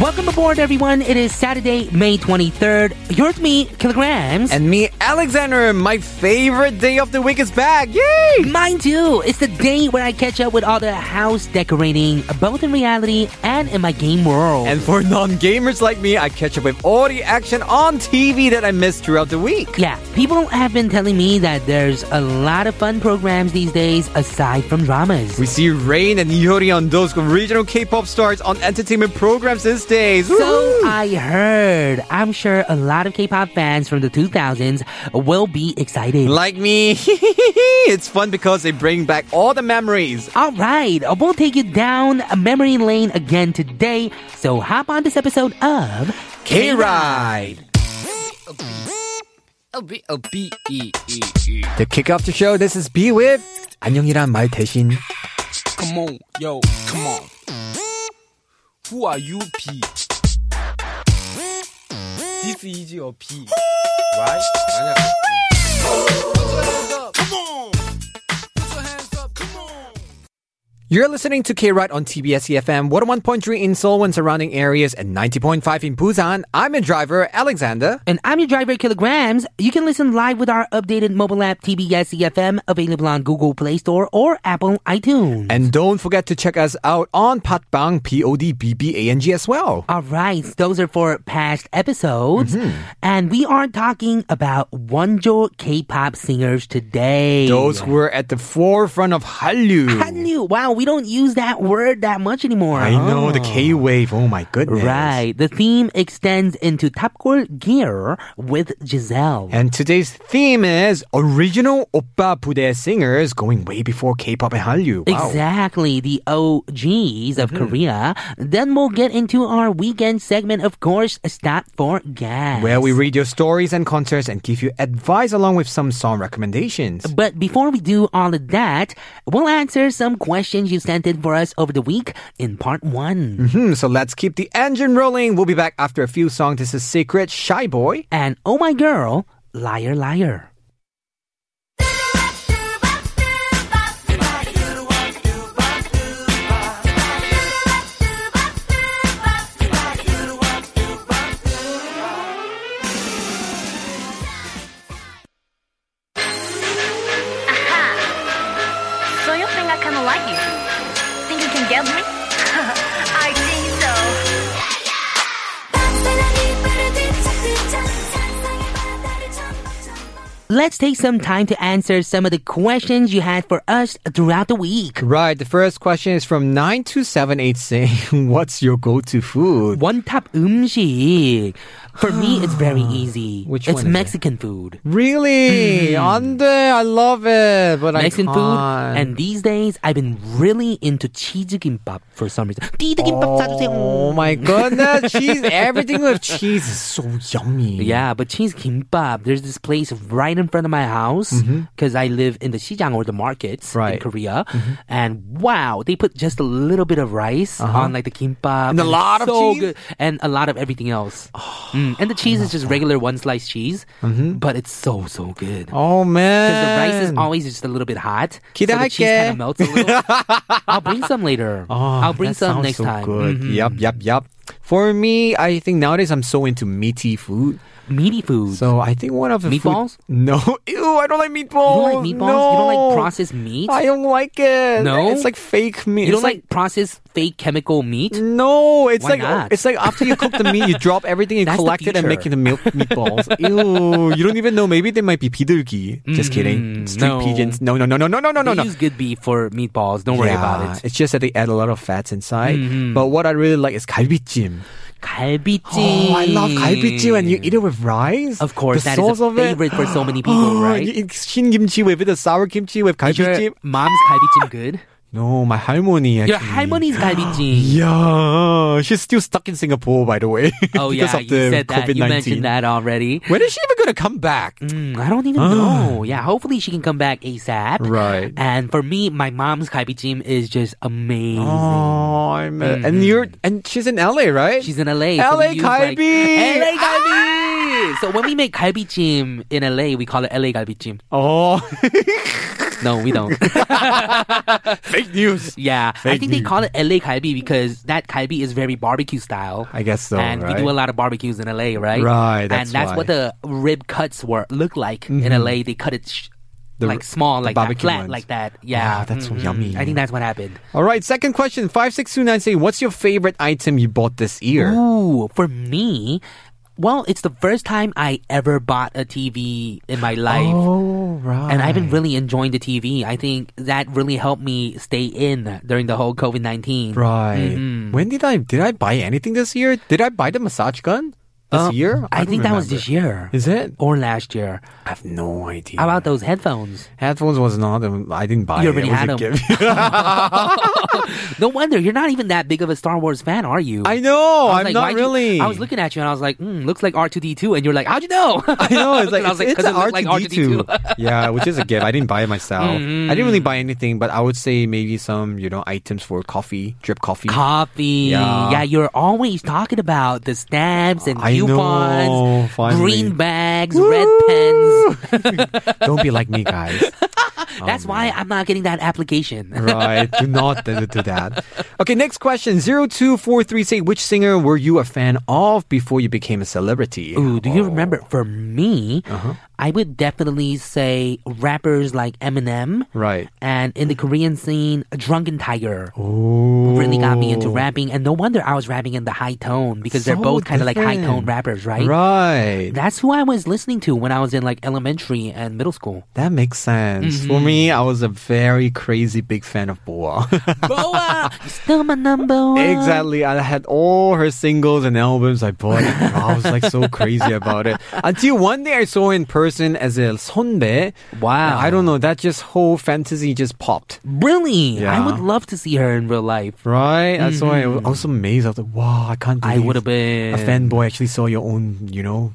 Welcome aboard, everyone. It is Saturday, May 23rd. You're with me, Kilograms. And me, Alexander, my favorite day of the week is back. Yay! Mine too. It's the day where I catch up with all the house decorating, both in reality and in my game world. And for non gamers like me, I catch up with all the action on TV that I missed throughout the week. yeah, people have been telling me that there's a lot of fun programs these days aside from dramas. We see Rain and Yori on those original K pop stars on entertainment programs these days. so I heard. I'm sure a lot of K-pop fans from the 2000s will be excited. like me, it's fun because they bring back all the memories. All right, uh, we'll take you down a memory lane again today. So hop on this episode of K Ride! To kick off the show, this is B with 안녕이란 말 대신. Come on, yo, come on. Who are you, P? This is your P. Right? 아니야. You're listening to K-Ride on TBS EFM 101.3 in Seoul and surrounding areas and 90.5 in Busan. I'm your driver, Alexander. And I'm your driver, Kilograms. You can listen live with our updated mobile app, TBS EFM, E available on Google Play Store or Apple iTunes. And don't forget to check us out on Patbang, P-O-D-B-B-A-N-G as well. All right, those are for past episodes. Mm-hmm. And we are talking about Wonjo K pop singers today. Those who were at the forefront of Hallyu. Hallyu. Wow, we don't use that word that much anymore. I know, the K-Wave. Oh my goodness. Right. The theme extends into Top Girl Gear with Giselle. And today's theme is original oppa pude singers going way before K-pop and Hallyu. Wow. Mm-hmm. Exactly, the OGs of Korea. Then we'll get into our weekend segment, of course, Stop for Gas. Where we read your stories and concerts and give you advice along with some song recommendations. But before we do all of that, we'll answer some questions you sent in for us over the week in part one. Hmm, so let's keep the engine rolling. We'll be back after a few songs. This is Secret Shy Boy. And oh my girl, liar, liar. So you think I kinda like you? Think you can get me? I think so. Let's take some time to answer some of the questions you had for us throughout the week. Right, the first question is from 92786 saying, What's your go to food? One top umji. For me, it's very easy. Which it's one is it? Mexican food. Really? Ande, I love it, but Mexican I food. can't. Mm-hmm. And these days, I've been really into cheese kimbap for some reason. Cheese kimbap 사주세요. Oh my goodness, cheese. Everything with cheese is so yummy. Yeah, but cheese kimbap. There's this place right in front of my house because I live in the Xijang or the markets in Mm-hmm. Right. Mm-hmm. Korea, and wow, they put just a little bit of rice on like the kimbap Uh-huh. And a it's lot of so cheese? good, and a lot of everything else. Mm, And the cheese is just regular one slice cheese, Mm-hmm. but it's so so good. Oh Because the rice man. is always just a little bit hot. So the cheese 기대할게. kind of melts a little. I'll bring some later. Oh, I'll bring that some sounds next so time. Good. Mhm. Yep, yep, yep. For me, I think nowadays I'm so into meaty food. Mm, Meaty food. So I think one of the food- Meatballs? no, ew! I don't like you meatballs. don't like meatballs? No. You don't like processed meat? I don't like it. No? it's like fake meat. you don't It's like, processed fake chemical meat? No, it's Why like not? it's like after you cook the meat, you drop everything, you That's the collect it, and make it future. the milk meatballs. Ew! You don't even know. Maybe they might be 비둘기. Just kidding. Mm, Street no. pigeons. No, no, no, no, no, no, no, no, they no. use good beef for meatballs. Don't worry about it. Mm-hmm. It's just that they add a lot of fats inside. But what I really like is galbichim. 갈비찜. Oh, I love galbichim, and you eat it with rice. Of course, the that is sauce a of it. favorite for so many people, Oh, right? You eat shin kimchi with it, the sour kimchi with Is your galbichim. mom's 갈비찜 good? No, my 할머니. Actually. Your 할머니's 갈비찜. Yeah, she's still stuck in Singapore, by the way. Oh because yeah, of the you said that. COVID-19. You mentioned that already. When is she even gonna come back? Mm, I don't even know. Yeah, hopefully she can come back ASAP. Ah. Right. And for me, my mom's galbijeom is just amazing. Oh, I'm, and you're and she's in LA, Mm-hmm. right? She's in LA. so LA we use, like, galbi! LA Ah! galbi. So when we make galbijeom in LA, we call it LA galbijeom. oh, No, we don't. fake news. yeah, I Fake think they news. call it LA galbi because that galbi is very barbecue style. I guess so. and right? we do a lot of barbecues in LA, right? Right, and that's that's what why. Mm-hmm. the rib cuts were look like in LA. They cut it sh- The like r- small, the like that, barbecue flat, ones. like that. Yeah, Ah, that's so Mhm. yummy. I think that's what happened. All right, second question. Five six two nine. Say, what's your favorite item you bought this year? Ooh, for me, well, it's the first time I ever bought a TV in my life. Oh, right. And I've been really enjoying the TV. I think that really helped me stay in during the whole COVID 19. Right. Mm-hmm. When did I did I buy anything this year? Did I buy the massage gun this year? Uh, I, don't think that was remember. this year. Is it? Or last year. I have no idea. How about those headphones? headphones? Was not. um, I didn't buy. You it. already It was had a 'em. gift. No wonder you're not even that big of a Star Wars fan, are you? I know. I was I'm like, not why'd you- really. I was looking at you and I was like, mm, looks like R two D two, and you're like, how'd you know? I know. It's like I was like, it's, 'cause it's it looked R like two D two. R2D2. Yeah, which is a gift. I didn't buy it myself. I didn't Mm-hmm. really buy anything, but I would say maybe some you know items for coffee, drip coffee. Coffee. Yeah. you're always talking about the stamps and I know, coupons, finally. Oh, green bags, red pens. Don't be like me, guys. That's why I'm not getting that application. right. Do not do do that. Okay, next question. 0243 say, which singer were you a fan of before you became a celebrity? Ooh, do you remember? Oh. For me, Uh-huh. I would definitely say rappers like Eminem. Right. And in the Korean scene, Drunken Tiger Ooh. really got me into rapping. And no wonder I was rapping in the high tone because they're So both kind of like high tone different. rappers, right? Right. That's who I was listening to when I was in like elementary and middle school. That makes Mm-hmm. sense. For me, I was a very crazy big fan of Boa. Boa, you still my number one. exactly. I had all her singles and albums I bought. I was like so crazy about it. Until one day I saw her in person as a sonbe. Wow. I don't know. That just whole fantasy just popped. Really? I Yeah. would love to see her in real life. Right? That's why I was I was so amazed. I was like, wow, I can't Mm-hmm. I believe would have been a fanboy actually saw your own, you know,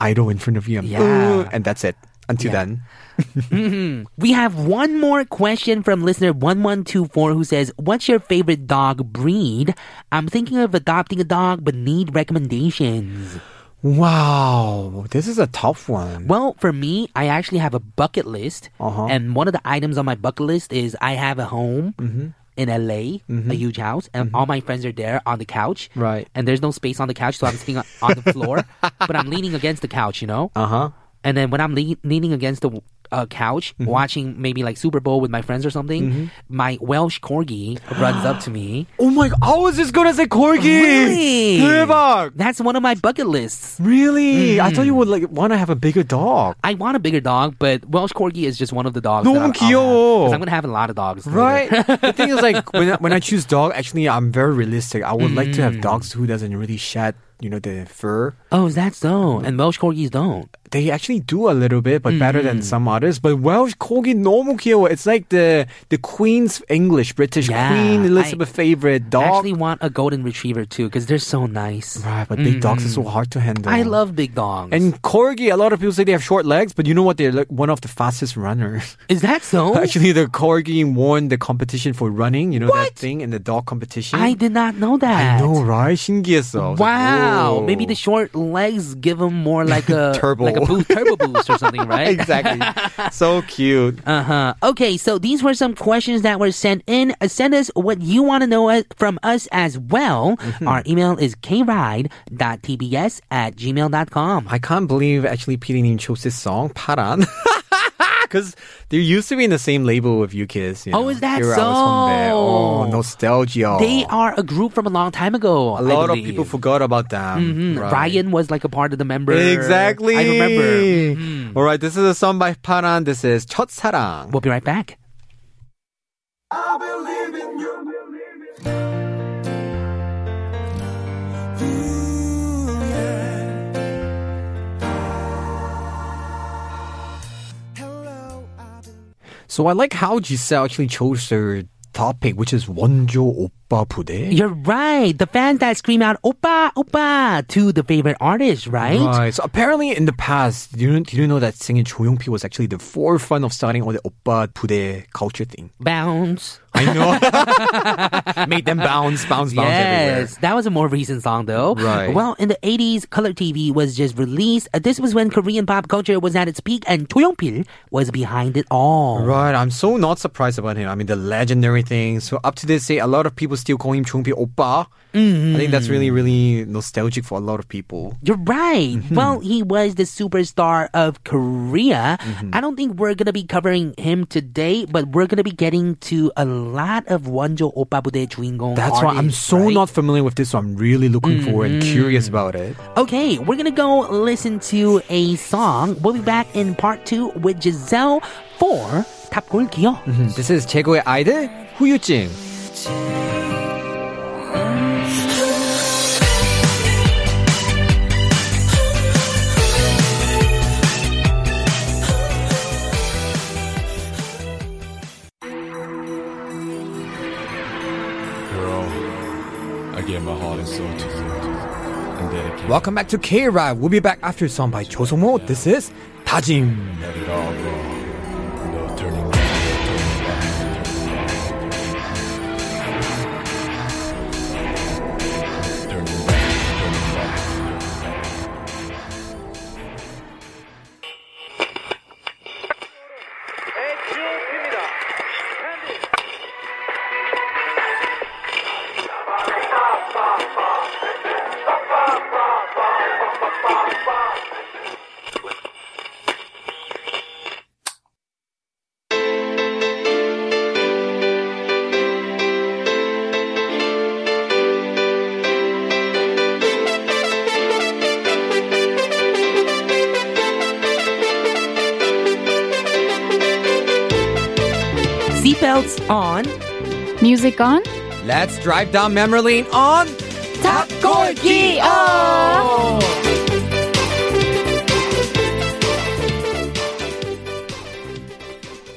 idol in front of you. I'm, Yeah. "Ooh," And that's it. Until Yeah. then. We have one more question from listener 1124 who says, What's your favorite dog breed? I'm thinking of adopting a dog but need recommendations. Wow. This is a tough one. Well, for me, I actually have a bucket list. Uh-huh. And one of the items on my bucket list is I have a home Mm-hmm. in LA, a huge house, and all my friends are there on the couch. Right. And there's no space on the couch, so I'm sitting on- on the floor, but I'm leaning against the couch, you know? Uh huh. And then when I'm le- leaning against the uh, couch, Mm-hmm. watching maybe like Super Bowl with my friends or something, my Welsh corgi runs up to me. Oh my, I was just gonna say Corgi! Really? 대박! That's one of my bucket lists. Really? I Hmm. thought you would like want to have a bigger dog. I want a bigger dog, but Welsh corgi is just one of the dogs. 너무 that I'll- I'll have, 귀여워. 'cause I'm gonna have a lot of dogs. later. Right. the thing is, like when I, when I choose dog, actually, I'm very realistic. I would like to have Hmm. dogs who doesn't really shed, you know, the fur. Oh, is that so? And Welsh corgis don't. They actually do a little bit, but better than Hmm. some others. But Welsh corgi normal kill. It's like the the Queen's English British Yeah, Queen Elizabeth favorite I dog. actually want a golden retriever too because they're so nice. right, but big dogs are so hard to handle. I love big dogs. And corgi, a lot of people say they have short legs, but you know what? They're like one of the fastest runners. is that so? Actually, the corgi won the competition for running. You know What? that thing in the dog competition. I did not know I that. know, right? 신기했어. I was like, Wow, "Whoa." maybe the short legs give them more like a Turbo. like a boost, turbo boost or something, right? exactly. so cute. Uh huh. Okay, so these were some questions that were sent in. Uh, Send us what you want to know uh, from us as well. Mm-hmm. Our email is kride.tbs at gmail.com. I can't believe actually PD님 chose this song "파란" because they used to be in the same label with you kids. You Oh, know, is that Era was from there. so? Oh, nostalgia. They are a group from a long time ago. Mm-hmm. a lot of people forgot about them. Right. Ryan was like a part of the member. Exactly. I remember. Mm-hmm. All right, this is a song by Paran. This is 첫사랑. We'll be right back. So I like how Giselle actually chose her topic, which is 원조 오빠 부대. You're right. The fans that scream out "Oppa, Oppa" to the favorite artist, right? Right. So apparently in the past, did you, did you know that singing 조용필 was actually the forefront of starting all the oppa 부대 culture thing? Bounce. I know. Made them bounce, bounce, bounce everywhere. Yes, that was a more recent song though. Right. Well, in the 80s, color TV was just released. Uh, This was when Korean pop culture was at its peak, and Choi Young-pil was behind it all. Right, I'm so not surprised about him. I mean, the legendary thing. So up to this day, a lot of people still call him Chungpi Oppa. I think that's really, really nostalgic for a lot of people. You're right. Mm-hmm. Well, he was the superstar of Korea. Mm-hmm. I don't think we're going to be covering him today, but we're going to be getting to a lot of Wonjo Oppa Bude 주인공 That's why I'm artists, so right? not familiar with this. So I'm really looking forward and curious about it. Okay, we're going to go listen to a song. We'll be back in part 2 with Giselle for 탑골 기억. This is 최고의 아이들 후유증. I gave my heart and soul to you and dedicated Welcome back to K Ride. We'll be back after a song by Cho Sung Mo. This is 다짐. it all wrong. No turning back. Turning back. Turning back. Turning back. Seatbelts on. Music on? Let's drive down memory lane on Top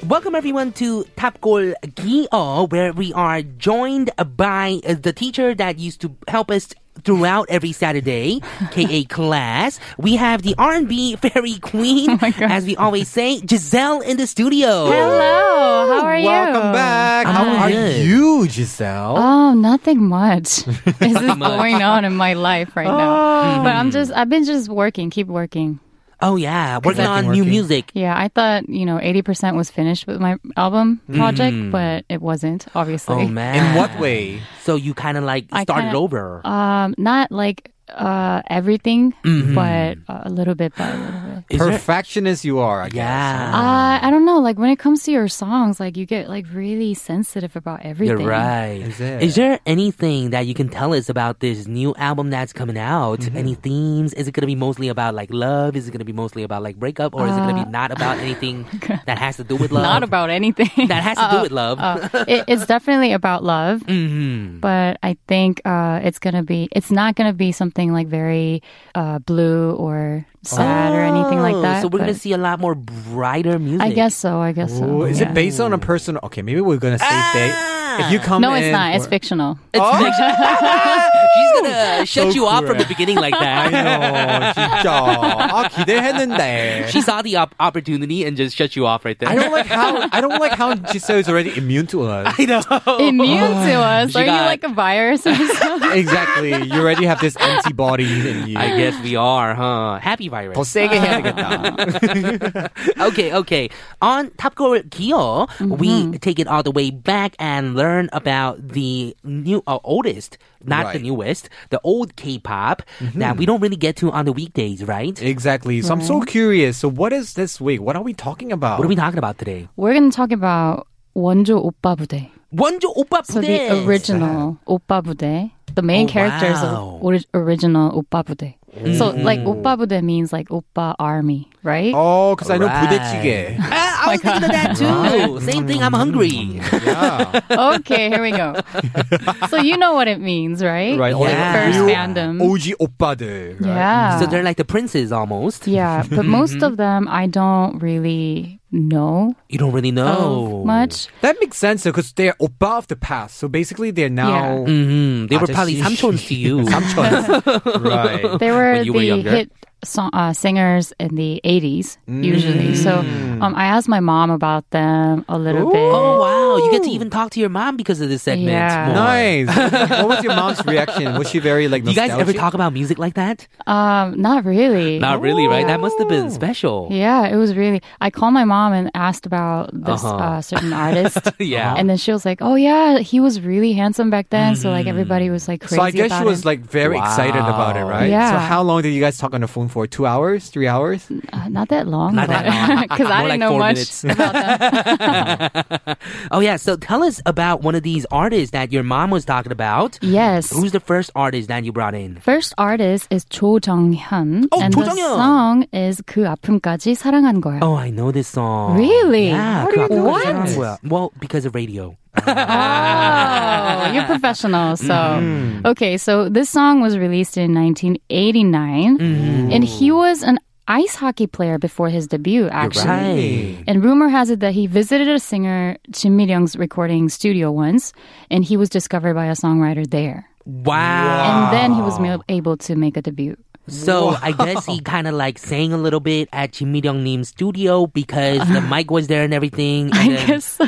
Welcome everyone to Tapgol Gio, where we are joined by uh, the teacher that used to help us throughout every Saturday, KA class. We have the R&B fairy queen, Oh my God. as we always say, Giselle in the studio. Hello, how are you? Welcome back. How I'm are good. you, Giselle? Oh, nothing much. this is going on in my life right now. But I'm just, I've been just working, keep working. Oh yeah, working on Exactly, new working. music. Yeah, I thought, you know, 80% was finished with my album project, but it wasn't, obviously. Hmm. Oh man. In what way? So you kind of like I started kinda- over. Um, not like uh, everything, Mm-hmm. but a little bit by a little bit. Is there- Perfectionist you are, I guess. yeah. Uh, I don't know. Like when it comes to your songs, like you get like really sensitive about everything. You're right. Is it? Is there anything that you can tell us about this new album that's coming out? Mm-hmm. Any themes? Is it going to be mostly about like love? Is it going to be mostly about like breakup? Or is it going to be not about anything that has to do with love? Uh, Not about anything. that has to do with love. Uh, it, it's definitely about love, hmm but I think uh, it's gonna be. It's not gonna be something like very uh, blue or sad or anything like that. Oh, So we're going to but see a lot more brighter music. I guess so. I guess so. Ooh, is yeah. Ah! it based on a person? Okay, maybe we're gonna save date. If you come, No, it's in not. It's for- fictional. It's she's going to shut So you off from the cruel. beginning like that. 어, 진짜. 아, 기대했는데. She saw the op- opportunity and just shut you off right there. I don't like how I don't like how Giselle is already immune to us. I know. Immune to us? She Are you Oh. got- like a virus? Or something? exactly. You already have this antibodies in you. I guess we are, huh? Happy virus. 더 세게 해야 되겠다. okay, okay. On Top Girl Kyo, Mm-hmm. we take it all the way back and learn about the new uh, oldest, not the Right. newest, the old K-pop Mm-hmm. that we don't really get to on the weekdays, right? exactly. So I'm so Hmm. curious. So what is this week? What are we talking about? What are we talking about today? We're gonna talk about 원조 오빠 부대. 원조 오빠 So 부대. the original Oppa Bude, the main Oh, characters wow. Mm-hmm. of ori- original Oppa Bude. So like Oppa Bude means like Oppa Army, right? Oh, because I know Right. 부대찌개. Oh Ah, I was thinking of that too. Same thing. I'm hungry. Yeah. okay, here we go. so you know what it means, right? Right. Like Yeah. First You- fandom. OG 오빠들. Right? Yeah. So they're like the princes almost. yeah, but most of them I don't really know You don't really know of Oh, much. That makes sense though, because they're oppa of the past. So basically, they're now. Mm, they were probably 아저씨. 삼촌s to you. 삼촌. right. They were you were the younger? hit song, uh, singers in the 80s, usually. So um, I asked my mom about them a little bit. Mm. Oh wow, you get to even talk to your mom because of this segment. Yeah. more. Nice. what was your mom's reaction? Was she very like You guys nostalgic? ever talk about music like that? Um, not really. Not really, right? That must have been special. Oh. Yeah, it was really. I called my mom and asked about this Uh-huh. uh, certain artist. Yeah. And then she was like, "Oh yeah, he was really handsome back then." So Mm-hmm. like everybody was like crazy. So I guess she about was him. like very excited about it, right? Yeah. So how long did you guys talk on the phone for? Two hours? Three hours? Uh, not that long. Not that long. Uh, Because More I like didn't know four much minutes. about them. Oh yeah. So tell us about one of these artists that your mom was talking about. yes. Who's the first artist that you brought in? First artist is Cho Jung Hyun, Oh, and Cho the Jung-hyun. song is "그 아픔까지 사랑한 거야." Oh, I know this song. Really? Yeah. How do you know Korean that? songs. Well, well, because of radio. Oh, you're professional. So, Mm-hmm. okay, so this song was released in 1989, Mm-hmm. and he was an ice hockey player before his debut, actually. Right. And rumor has it that he visited a singer Jim Mi-young's recording studio once, and he was discovered by a songwriter there. Wow. And then he Ah. was ma- able to make a debut. So I guess he kind of like sang a little bit at Jim Myung Nim's studio because the mic was there and everything. And I then- Ah. guess so.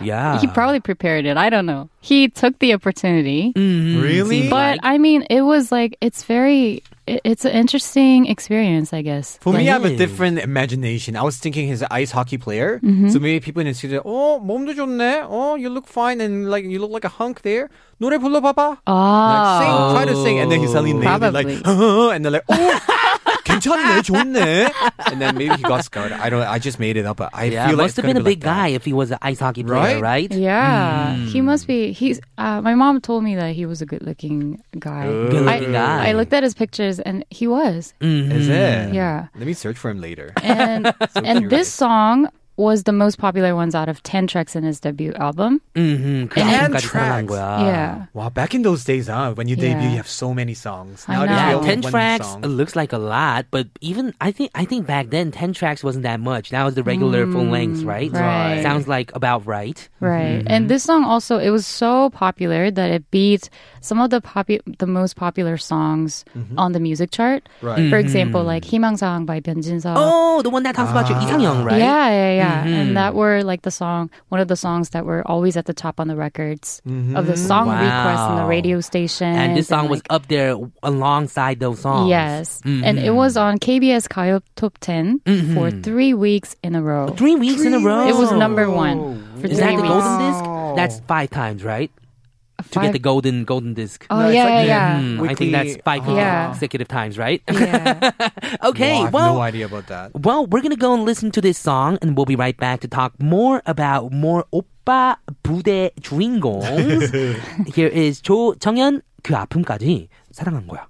Yeah. He probably prepared it. I don't know. He took the opportunity. Mm. Really? But I mean, it was like it's very it- it's an interesting experience, I guess. For me, I have a Really? different imagination. I was thinking he's an ice hockey player. Mm-hmm. So maybe people in the studio, oh, 몸도 좋네. Oh, you look fine and like you look like a hunk there. 노래 불러봐봐. Like, sing, Oh, try to sing. And then he suddenly named it like, and they're like, oh, 괜찮네, 좋네. And then maybe he got scared. I don't, I just made it up, but I Yeah, feel like must it's have been gonna a big be like guy if he was an ice hockey player, right? yeah, he Hmm. must be. He's. Uh, my mom told me that he was a good-looking guy. Good-looking I, guy. Mm. I looked at his pictures, and he was. that. Is Mm-hmm. it? Yeah. Let me search for him later. And and this song was the most popular ones out of ten tracks in his debut album. Mm-hmm. And 그래서 사랑한 tracks. 거야. yeah. Wow, back in those days, huh? When you Yeah. debut, you have so many songs. I Nowadays, you know. Yeah, only ten have one tracks song. it looks like a lot, but even I think I think back then ten tracks wasn't that much. Now it's the regular full length, right? Mm, right. Sounds like about right. Right. And this song also it was so popular that it beat some of the popu- the most popular songs Mm-hmm. on the music chart. Right. For example, like 희망사항 by 변진섭. Oh, the one that talks about your Ah. 이상형, right? Yeah, yeah, yeah. Mm-hmm. And that were like the song, one of the songs that were always at the top on the records of Mm-hmm. the song requests on the Wow. radio station. And this song was up there alongside those songs. Yes. And Mm-hmm. it was on KBS Kayo Top 10 for three weeks in a row. Oh, Three weeks in a row. It was number one Oh, for Is three that the weeks. golden disc? That's five times, right? To get Five- the golden golden disc. Oh, No, it's yeah, like yeah, the- yeah. Hmm, I think Weekly- uh-huh. that's five Yeah. consecutive times, right? yeah. okay, Wow, I have well, no idea about that. Well, we're gonna go and listen to this song, and we'll be right back to talk more about more oppa 부대 주인공s. Here is 조정현 그 아픔까지 사랑한 거야.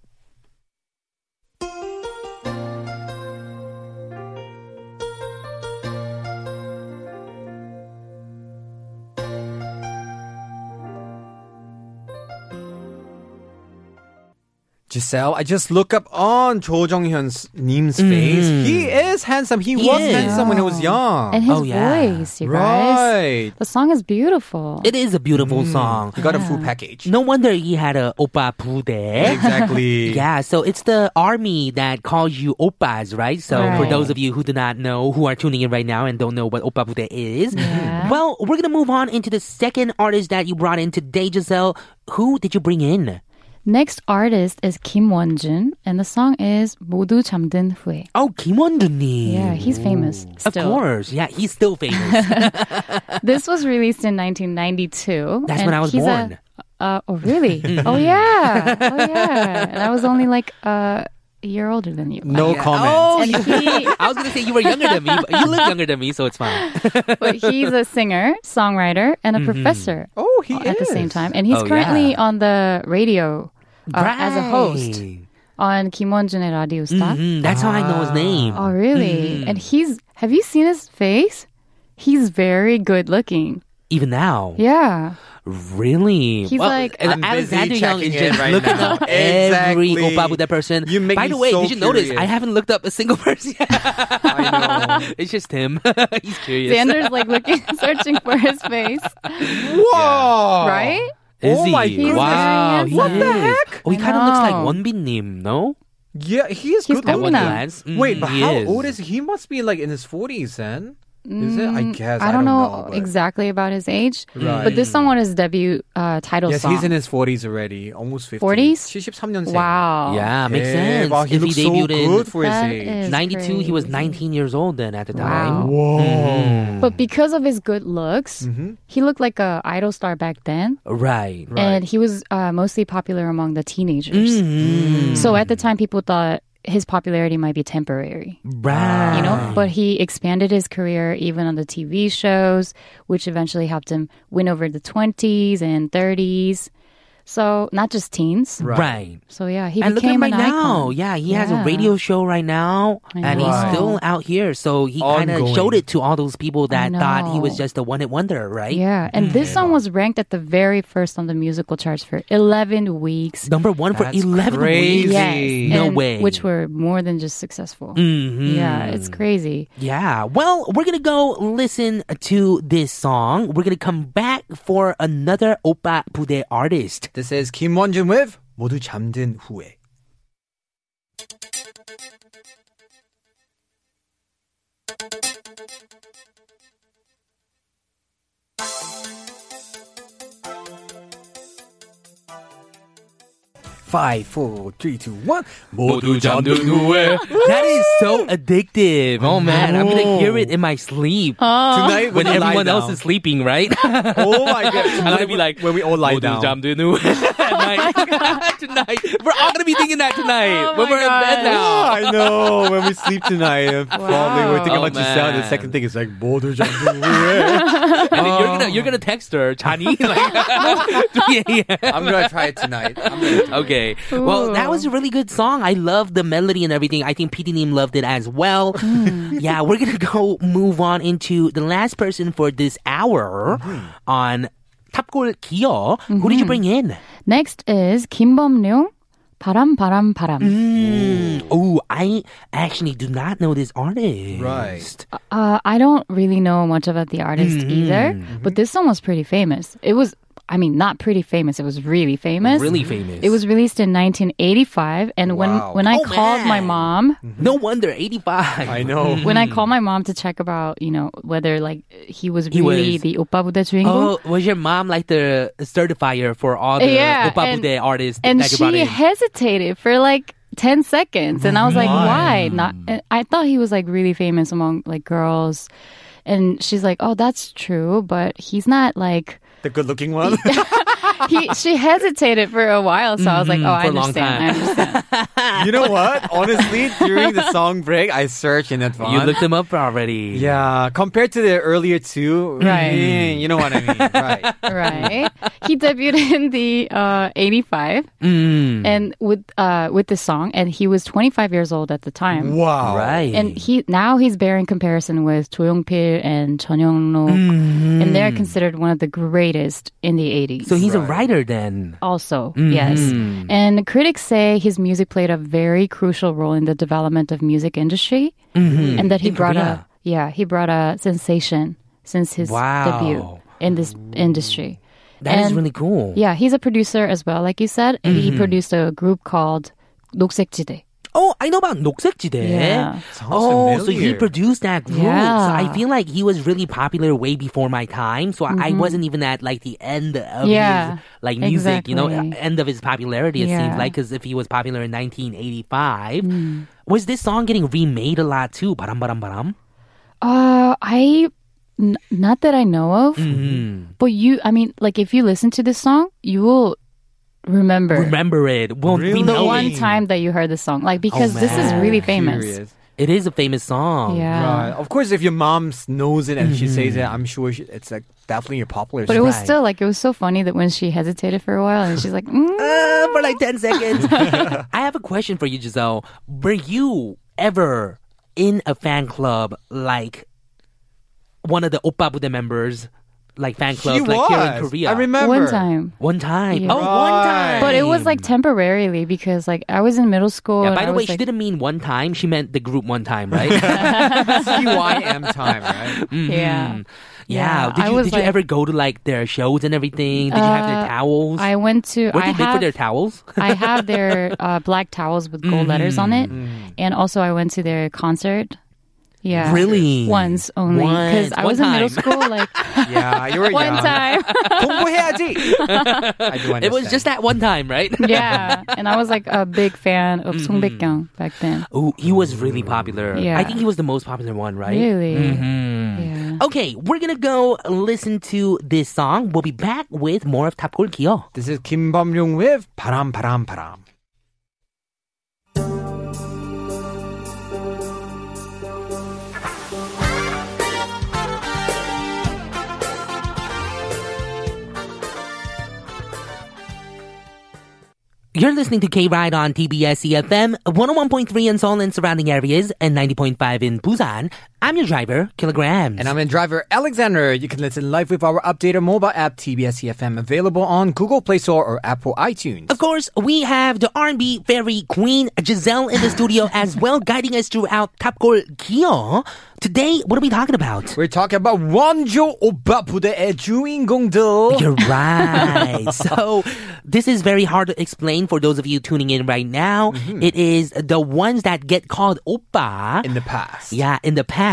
Giselle, I just look up on Cho Jong Hyun's Neem's face. He is handsome. He, Mm. He was is. handsome when he was young. And Mm. his Oh, yeah. voice, you guys. right. The song is beautiful. It is a beautiful song. He got a full package. No wonder he had a oppa 부대. Exactly. Yeah, so it's the army that calls you oppas, right? So for Right. those of you who do not know, who are tuning in right now and don't know what oppa bude is, well, we're gonna move on into the second artist that you brought in today, Giselle. Who did you bring in? Next artist is Kim Wonjun, and the song is 모두 잠든 후에. Oh, 김원준님. Yeah, he's famous. Of Still. course, yeah, he's still famous. This was released in 1992. That's and when I was he's born. Mm-hmm. A, uh, oh, really? oh, yeah. Oh, yeah. And I was only like uh, a year older than you. No comment. oh, And he, I was gonna say you were younger than me, but you look younger than me, so it's fine. but he's a singer, songwriter, and a professor Oh, he at the same is. time. And he's Mm-hmm. Oh, currently yeah. on the radio uh, as a host Right. on Kim Wonjun의 Radio Star. Mm, that's how I know his name. Oh, really? Mm-hmm. And he's. Have you seen his face? He's very good looking. Even now, Yeah. Really? He's like- and I'm busy Alexander Young checking is just it right looking now. up every Exactly. oppa with that person. You make By the me way, so did you notice? curious. I haven't looked up a single person. I know. it's just him. He's curious. Xander's like looking, searching for his face, Whoa! right? Is Oh he? my He's goodness. wow. very he handsome. is. Oh, he I kind of looks like know. Wonbin Nim, no? Yeah, he is He's good At one coming looking. up. glance. Mm, Wait, but he how is. old is he? He must be like in his 40s then. Is it? I guess. Mm, I don't, know, but- exactly about his age, Right. but this song was his debut uh, title Yes, song. he's in his 40s already, almost 50. 40s? 73년생. wow. Yeah, makes sense. Wow, he if he looks so debuted good for his That age. Oh. is- in 92, he was crazy. 19 years old then at the Wow. time. Whoa. But because of his good looks, he looked like a idol star back then, Right. and he was uh, mostly popular among the teenagers. Mm. So at the time, people thought his popularity might be temporary, Right. you know. But he expanded his career even on the TV shows, which eventually helped him win over the twenties and thirties. So not just teens. Right. So yeah, he And look at became him right an now. icon. Yeah, he has a Yeah. radio show right now, I and he's know. still out here. So he kind of Ongoing. showed it to all those people that I thought he was know. just a one-hit wonder, right? Yeah, and this song was ranked at the very first on the musical charts for 11 weeks. Number one for That's 11 weeks. crazy. Yes, No and- way. Mm-hmm. Which were more than just successful. Yeah, it's crazy. Yeah. Well, we're going to go listen to this song. We're going to come back for another Oppa Pude artist. This is Kim Wonjun with 모두 잠든 후에. Five, four, three, two, one. 모두 잠든 후에 That is so addictive. Oh, man. I'm going to hear it in my sleep. Oh. Tonight when we lie everyone else down. is sleeping, right? Oh my god! I'm gonna be like when we all lie 모두 down. 잠든 후에 tonight. tonight. We're all going to be thinking that tonight when we're in bed Oh, now. I know. When we sleep tonight, uh, probably we're thinking Oh, about yourself. The man. second thing is like 모두 잠든 후에. And then you're Oh. gonna you're gonna text her, Chani. Like, 3 a.m. I'm gonna try it tonight. I'm gonna Okay. Well, that was a really good song. I love the melody and everything. I think PD Neem loved it as well. yeah, we're going to go move on into the last person for this hour Hmm. on Tapgol Kyo. Who did you bring in? Next is Kim Bom Ryung, Param Param Param. Mm-hmm. Oh, I actually do not know this artist. Right. Uh, I don't really know much about the artist Mm-hmm. either, but this song was pretty famous. It was, I mean, not pretty famous. It was really famous. Really famous. It was released in 1985, and Wow. when when I Oh, called my man. mom, No wonder, 85. I know. when Mm-hmm. I called my mom to check about, you know, whether like he was He really was- the oppa buda 주인공, Oh, was your mom like the certifier for all the Yeah, Oppa and- Bude artists? and that you brought she in? hesitated for like 10 seconds and i was like why not Hmm. and i thought he was like really famous among like girls and she's like oh that's true but he's not like The good-looking one. he she hesitated for a while so i was like oh Mm-hmm. for i a long understand time. i understand you know what? Honestly, during the song break, I searched in advance. you looked them up already. yeah, compared to the earlier two, Right. mm, You know what I mean, right? right he debuted in the uh 85 Mm. and with uh with this song and he was 25 years old at the time Wow, Right. And he now he's bearing comparison with Cho Young Pil and Chun Young Nok, and they're considered one of the greatest in the Mm-hmm. 80s. so Mm-hmm. he's a writer then. also, yes. And critics say his music played a very crucial role in the development of music industry, and that Mm-hmm. In he brought Korea. a yeah he brought a sensation since his Wow. debut in this industry. That is And- really cool. Yeah, he's a producer as well, like you said. and Mm-hmm. He produced a group called 녹색지대. Oh, I know about 녹색지대. Yeah. Oh, so he familiar. produced that group. So Yeah. I feel like he was really popular way before my time. So I- I wasn't even at like the end of Mm-hmm. Yeah, his like music, you know, exactly. end of his popularity. It seems Yeah. Mm. like because if he was popular in 1985, was this song getting remade a lot too? Baram baram baram. Uh, I n- not that I know of, Mm-hmm. but you. I mean, like if you listen to this song, you will remember, Remember it? Won't we Really? the know one it? time that you heard the song, like because this is Oh, man. Oh, really famous. Curious. It is a famous song. Yeah, Mm-hmm. Right. Of course, if your mom knows it and she says it, I'm sure she, it's like definitely a popular. but it song. was Right. still like it was so funny that when she hesitated for a while and she's like, mm. Uh, for like 10 seconds. I have a question for you, Giselle. Were you ever in a fan club like one of the Oppa Buddha members? like fan club He like was. here in Korea. I remember. One time. One time. Yeah. Oh, one time. Right. But it was like temporarily because like I was in middle school. Yeah, and by I the way, was, she like- didn't mean one time. She meant the group one time, right? CYM time, right? Yeah. yeah. Yeah, Did I you was did you like- ever go to like their shows and everything? Did you have their Uh, towels? I went to. what I did they make for have, their towels? I have their uh, black towels with gold letters on it, Mm-hmm. and also I went to their concert. Yeah, Really? once only because Once. I One was in middle time. school. Like Yeah, you were one young. time, 공부해야지. I do understand. It was just that one time, right? yeah. And I was like a big fan of Mm-hmm. Song Baekhyun back then. Oh, he was really popular. Yeah. I think he was the most popular one, right? Mm-hmm. Oh, Really? Yeah. Okay, we're gonna go listen to this song. We'll be back with more of Top Goal Kyo. This is Kim Bamjung with 바람 바람 바람. You're listening to K Ride on TBS EFM, 101.3 in Seoul and surrounding areas, and 90.5 in Busan. I'm your driver, Kilograms. And I'm in driver Alexander. You can listen live with our updated mobile app TBS EFM available on Google Play Store or Apple iTunes. of course, we have the R&B fairy queen Giselle in the studio as well, guiding us throughout Top Goal Kyo. Today, what are we talking about? We're talking about 원조 오빠 부대의 주인공들. You're right. so this is very hard to explain for those of you tuning in right now. Mm-hmm. It is the ones that get called oppa. in the past. yeah, in the past,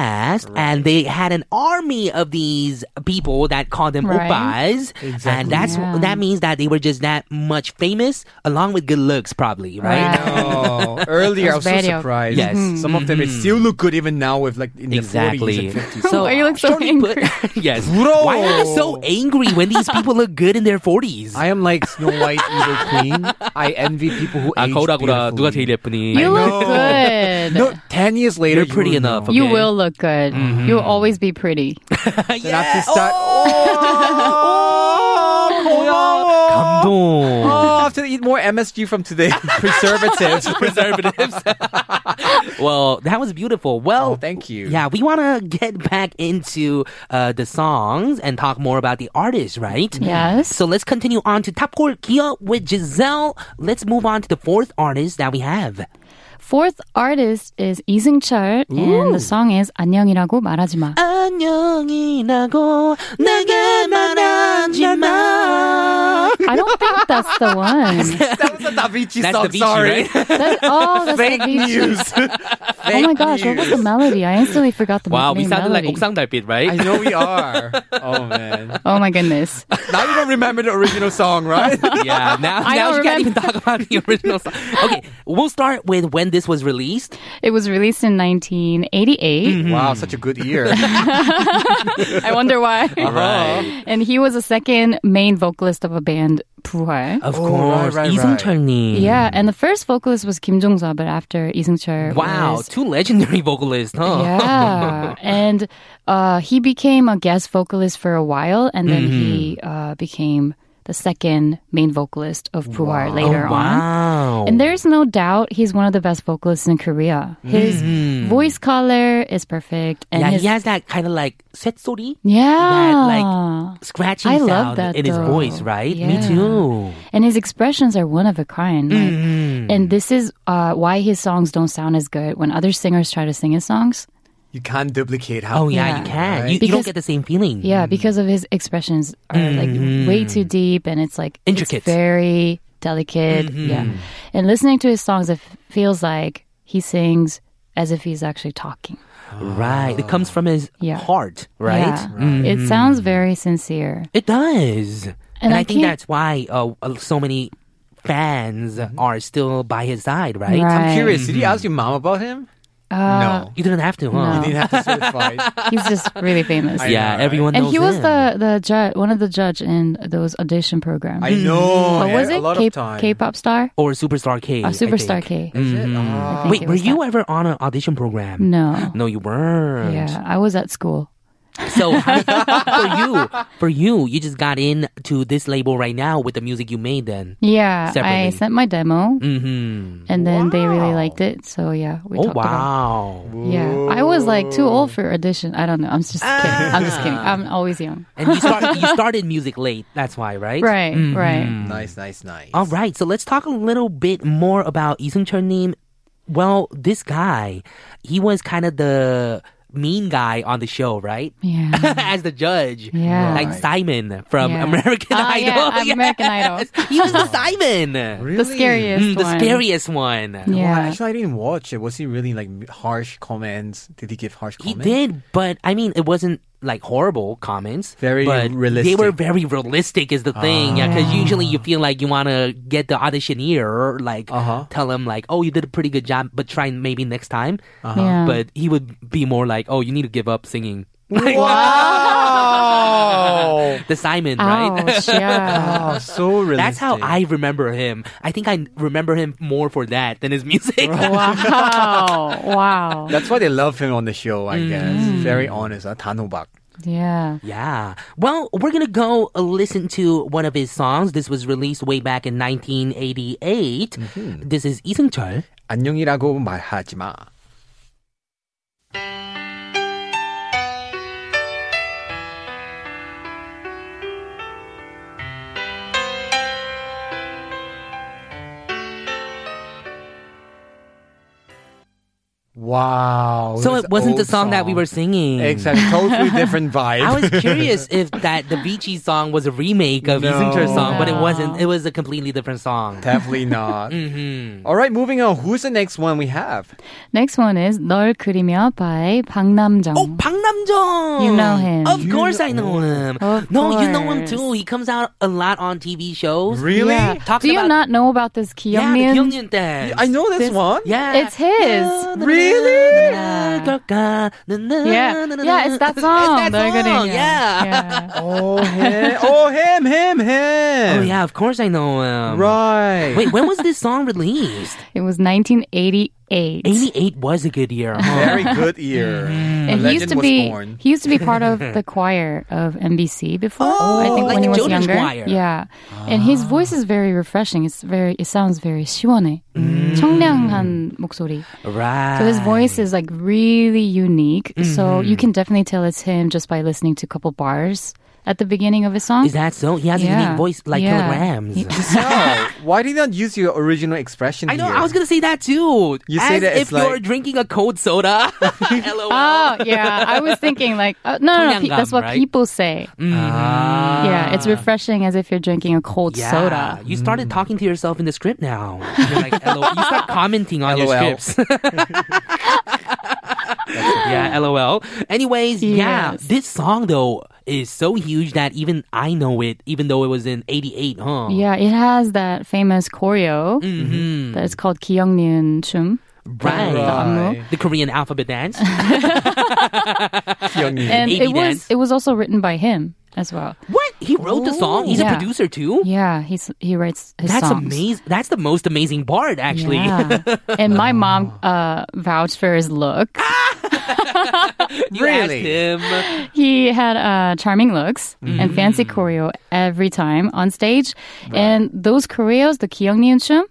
and they had an army of these people that called them Right. oppas, and that's Yeah. that means that they were just that much famous, along with good looks, probably, right? Wow. Oh, earlier I was Those so radio- surprised. Mm-hmm. Yes. Mm-hmm. some of them it still look good even now with like in Exactly. the 40s and 50s. So Why you look so shortly put- yes. Bro. Why are you so angry when these people look good in their forties? I am like Snow White Evil Queen. I envy people who 아, age beautifully. 예쁘니? You I look know. good. No, ten years later, You're pretty you will enough. know. You okay. Mm-hmm. will look good. You'll always be pretty. Then after start, oh, 고마워. 감동. Oh, I have to eat more MSG from today. Preservatives. preservatives. well, that was beautiful. Well, Oh, thank you. Yeah, we want to get back into uh, the songs and talk more about the artists, right? Yes. So let's continue on to Top Court Kia with Giselle. Let's move on to the fourth artist that we have. Fourth artist is Lee Seung-chul, and the song is 안녕이라고 말하지 마. 안녕이라고 내게 말하지 마. I don't think that's the one. that was a Davichi That's song. the Vici, sorry. right? That- oh, that's Fake the beat. news. Oh Fake my gosh, what was the news. melody? I instantly forgot the Wow, we main sounded like melody. 옥상 달빛, I right? know we are. Oh man. Oh my goodness. Now you don't remember the original song, right? yeah, now, I now don't you can't even remember. talk about the original song. Okay, we'll start with when this was released. It was released in 1988. wow, such a good ear. I wonder why. Hmm. Right. And he was the second main vocalist of a band, 부활. Of Oh, course, right, right, 이승철님. Yeah, and the first vocalist was Kim Jong-seo, but after Lee Seung-chul Wow, was- two legendary vocalists, huh? yeah, and uh, he became a guest vocalist for a while, and then he Mm-hmm. uh, became the second main vocalist of Puar later Oh, on. Wow. And there's no doubt he's one of the best vocalists in Korea. His voice color is perfect, and Mm-hmm. yeah, his he has that kind of like setsori, yeah, like, scratching I sound love that, in his though. voice, right? Me Yeah. too. and his expressions are one of a kind. like- Mm-hmm. And this is uh, why his songs don't sound as good when other singers try to sing his songs. you can't duplicate how. Oh yeah, you Yeah. can. You, you don't Because- get the same feeling. Yeah, because of his expressions are like way too deep and it's like it's Mm-hmm. Intricate. Mm-hmm. very delicate. Yeah. And listening to his songs, it f- feels like he sings as if he's actually talking. right. It comes from his Yeah. heart, right? Mm-hmm. Yeah. It sounds very sincere. It does, and, And I, I think can't- that's why uh, so many fans are still by his side, right? Mm-hmm. Right. I'm curious. Did you ask your mom about him? Uh, no. You didn't have to, huh? No. You didn't have to certify. He's just really famous. I- Yeah, know, right? everyone And knows he was him. the, the judge, one of the judge in those audition programs. I know. What yeah, was A it? lot K- of time. K-pop star? or Superstar K. A I superstar think. Ah. K. I think Wait, it were was you that. ever on an audition program? No. No, you weren't. Yeah, I was at school. So for you, for you, you just got into this label right now with the music you made. Then Yeah, I Separately. sent my demo, Mm. Mm-hmm. and then they really liked it. So yeah, we Oh talked about. wow! it. Yeah, I was like too old for audition. I don't know. I'm just kidding. I'm just kidding. Ah. I'm always young. And you, start, you started music late. That's why, right? Right, right. Nice, nice, nice. All right. So let's talk a little bit more about Isung Chun Nim. Well, this guy, he was kind of the mean guy on the show, right? Yeah. As the judge, Mm-hmm. Yeah. like Simon from Yeah. American Ah, Idol. yeah, American Idol. Yes. he was the Simon, The scariest Mm, the one. scariest one. Well, Yeah. actually, I didn't watch it. Was he really like m- harsh comments? Did he give harsh He comments? did, but I mean, it wasn't like horrible comments. Very but They realistic. were very realistic, is the thing. Yeah, Ah. because usually you feel like you want to get the auditioneer, like Uh-huh. tell him like, oh, you did a pretty good job, but try maybe next time. Uh-huh. Yeah. But he would be more like, oh, you need to give up singing. Like, Wow! the Simon, right? Ouch, yeah. wow, so realistic. That's how I remember him. I think I remember him more for that than his music. wow. Wow. That's why they love him on the show, I guess. Very honest. Uh, 단호박. Yeah. Yeah. Well, we're going to go listen to one of his songs. This was released way back in 1988. This is 이승철. 안녕이라고 말하지 마. Wow. So Oh, this it wasn't the old song, that we were singing. Exactly. Totally different vibe. I was curious if that the Beachy song was a remake of No. Isingcher's song, but it No. wasn't. It was a completely different song. Definitely not. Mm-hmm. All right, moving on. Who's the next one we have? Next one is 널 그리며 by 박남정. Oh, Bang Namjoon! You know him. Of course I know him. Of no, you know him course. too. He comes out a lot on TV shows. Really? Yeah. Talking Do you about- not know about this Yeah, the Kyungmin? Kyungmin dance. I know this one. Yeah. it's his. Really? Yeah. Yeah. Yeah, it's that song. It's that 널 song. 그리며. Yeah. yeah. Oh, him. Oh, him, him, him. Oh yeah, of course I know him. Right. Wait, when was this song released? It was 1988. 88 was a good year. huh? Very good ear. Mm-hmm. And A he legend used to was be born. he used to be part of the choir of NBC before. I think Oh, like when he the was children's younger. choir. Ah. Yeah, and his voice is very refreshing. It's very it sounds very 시원해. 청량한 목소리. Right. So his voice is like really unique. So Mm-hmm. you can definitely tell it's him just by listening to a couple bars at the beginning of his song. Is that so? He has a Yeah. unique voice like Yeah. kilograms. No, why did you not use your original expression I know. here? I was gonna say that too. You As say that if it's you're like- drinking a cold soda. LOL. Oh yeah, I was thinking like uh, no, no, no pe- 청량감, that's what right? Mm. people say. Ah. Yeah, it's refreshing as if you're drinking a cold Yeah. soda. You started Mm. talking to yourself in the script now. You're like, LOL. You start commenting on your LOL. scripts. yeah, lol. Anyways, yeah, Yes. this song though is so huge that even I know it, even though it was in '88, huh? Yeah, it has that famous choreo Mm. that is called Kyungnyun Chum. Mm-hmm. right. Right. The Korean alphabet dance. Kyungmin. And AB it Mm. was dance. it was also written by him as well. what? He wrote the song. He's a Yeah. producer too. Yeah, he's he writes his That's songs. amazing. That's the most amazing part, actually. Yeah. and my mom uh, vouched for his look. you asked Really? him. He had uh, charming looks and fancy choreo every time on stage. And those choreos, the Kyungnyun Chum,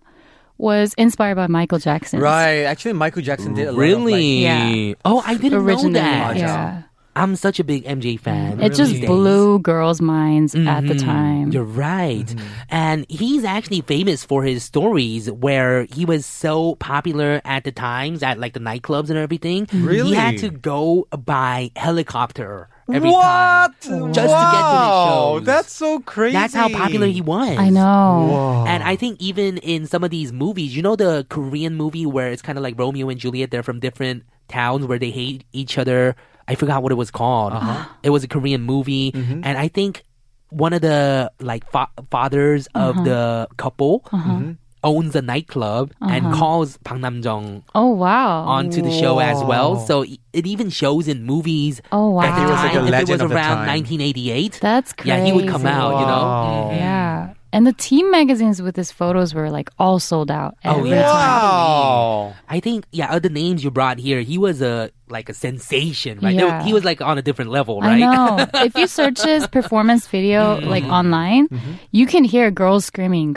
was inspired by Michael Jackson. Right. Actually, Michael Jackson did a lot of like, Really? Yeah. Oh, I didn't Originally. know that. Yeah. I'm such a big MJ fan. Mm. It just These days. blew girls' minds at the time. You're right. Mm-hmm. And he's actually famous for his stories where he was so popular at the times at like the nightclubs and everything. He Mm-hmm. Really? had to go by helicopter every what? time just to get to his wow, shows. That's so crazy. That's how popular he was. I know. And I think even in some of these movies, you know the Korean movie where it's kind of like Romeo and Juliet, they're from different towns where they hate each other. I forgot what it was called. Uh-huh. It was a Korean movie Mm-hmm. and I think one of the like fa- fathers of Uh-huh. the couple Mm-hmm. owns a nightclub Uh-huh. and calls Bang Namjung Oh wow. onto the show as well. So i- it even shows in movies. Oh, wow. At the He was like time, if it a was legend of the around time. 1988. That's crazy. Yeah, he would come out, you know. Wow. Yeah. And the team magazines with his photos were like all sold out. Oh, every yeah. Wow. time. I think yeah, other names you brought here, he was a like a sensation, right? There- Yeah. He was like on a different level, I right? Mm-hmm. know. if you search his performance video like online, you can hear girls screaming